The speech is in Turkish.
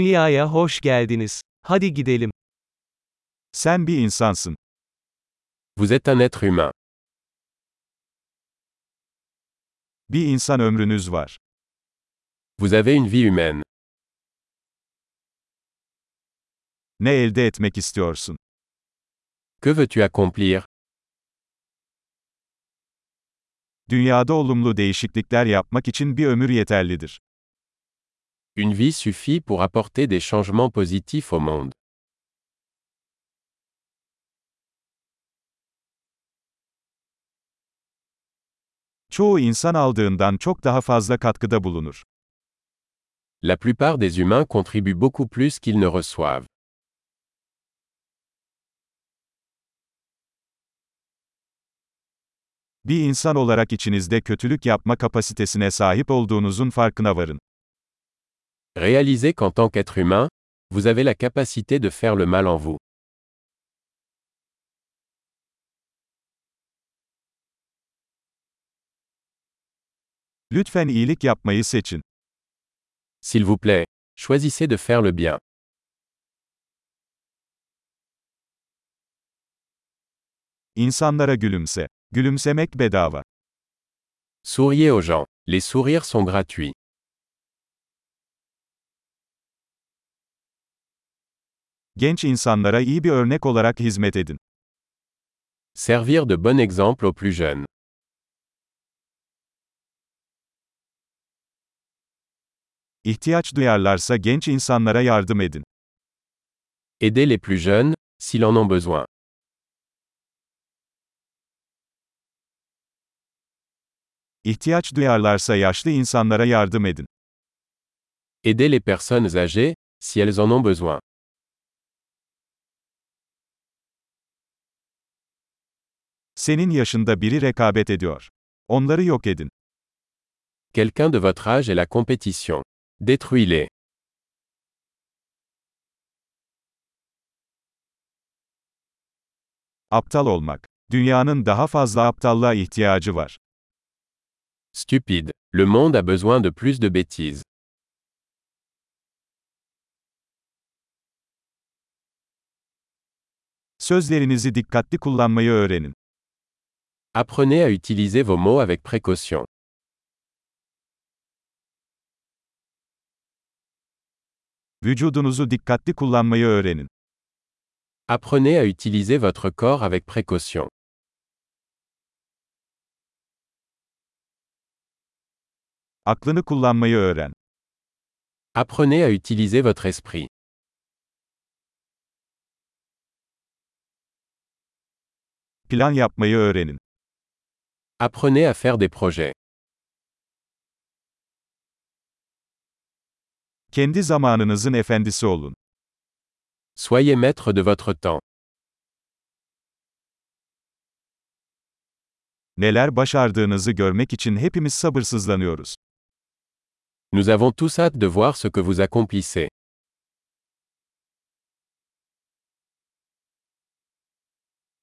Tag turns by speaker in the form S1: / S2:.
S1: Dünyaya hoş geldiniz. Hadi gidelim.
S2: Sen bir insansın.
S3: Vous êtes un être humain.
S2: Bir insan ömrünüz var.
S3: Vous avez une vie humaine.
S2: Ne elde etmek istiyorsun?
S3: Que veux-tu accomplir
S2: Dünyada olumlu değişiklikler yapmak için bir ömür yeterlidir.
S3: Une vie suffit pour apporter des changements positifs au monde.
S2: Çoğu insan aldığından çok daha fazla katkıda bulunur.
S3: La plupart des humains contribuent beaucoup plus qu'ils ne reçoivent.
S2: Bir insan olarak içinizde kötülük yapma kapasitesine sahip olduğunuzun farkına varın.
S3: Réalisez qu'en tant qu'être humain, vous avez la capacité de faire le mal en vous.
S2: Lütfen iyilik yapmayı seçin.
S3: S'il vous plaît, choisissez de faire le bien.
S2: İnsanlara gülümse. Gülümsemek bedava.
S3: Souriez aux gens. Les sourires sont gratuits.
S2: Genç insanlara iyi bir örnek olarak hizmet edin.
S3: Servir de bon exemple aux plus jeunes.
S2: İhtiyaç duyarlarsa genç insanlara yardım edin.
S3: Aidez les plus jeunes, s'ils en ont besoin.
S2: İhtiyaç duyarlarsa yaşlı insanlara yardım edin.
S3: Aidez les personnes âgées, si elles en ont besoin.
S2: Senin yaşında biri rekabet ediyor. Onları yok edin.
S3: Quelqu'un de votre âge est la compétition. Détruis-les.
S2: Aptal olmak. Dünyanın daha fazla aptallığa ihtiyacı var.
S3: Stupide. Le monde a besoin de plus de bêtises.
S2: Sözlerinizi dikkatli kullanmayı öğrenin.
S3: Apprenez à utiliser vos mots avec précaution.
S2: Vücudunuzu dikkatli kullanmayı öğrenin.
S3: Apprenez à utiliser votre corps avec précaution.
S2: Aklını kullanmayı öğren.
S3: Apprenez à utiliser votre esprit.
S2: Plan yapmayı öğrenin.
S3: Apprenez à faire des projets.
S2: Kendi zamanınızın efendisi olun.
S3: Soyez maître de votre temps.
S2: Neler başardığınızı görmek için hepimiz sabırsızlanıyoruz.
S3: Nous avons tous hâte de voir ce que vous accomplissez.